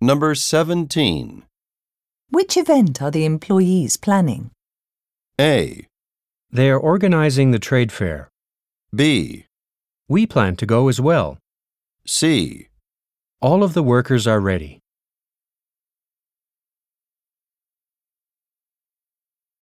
Number 17. Which event are the employees planning? A. They are organizing the trade fair. B. We plan to go as well. C. All of the workers are ready.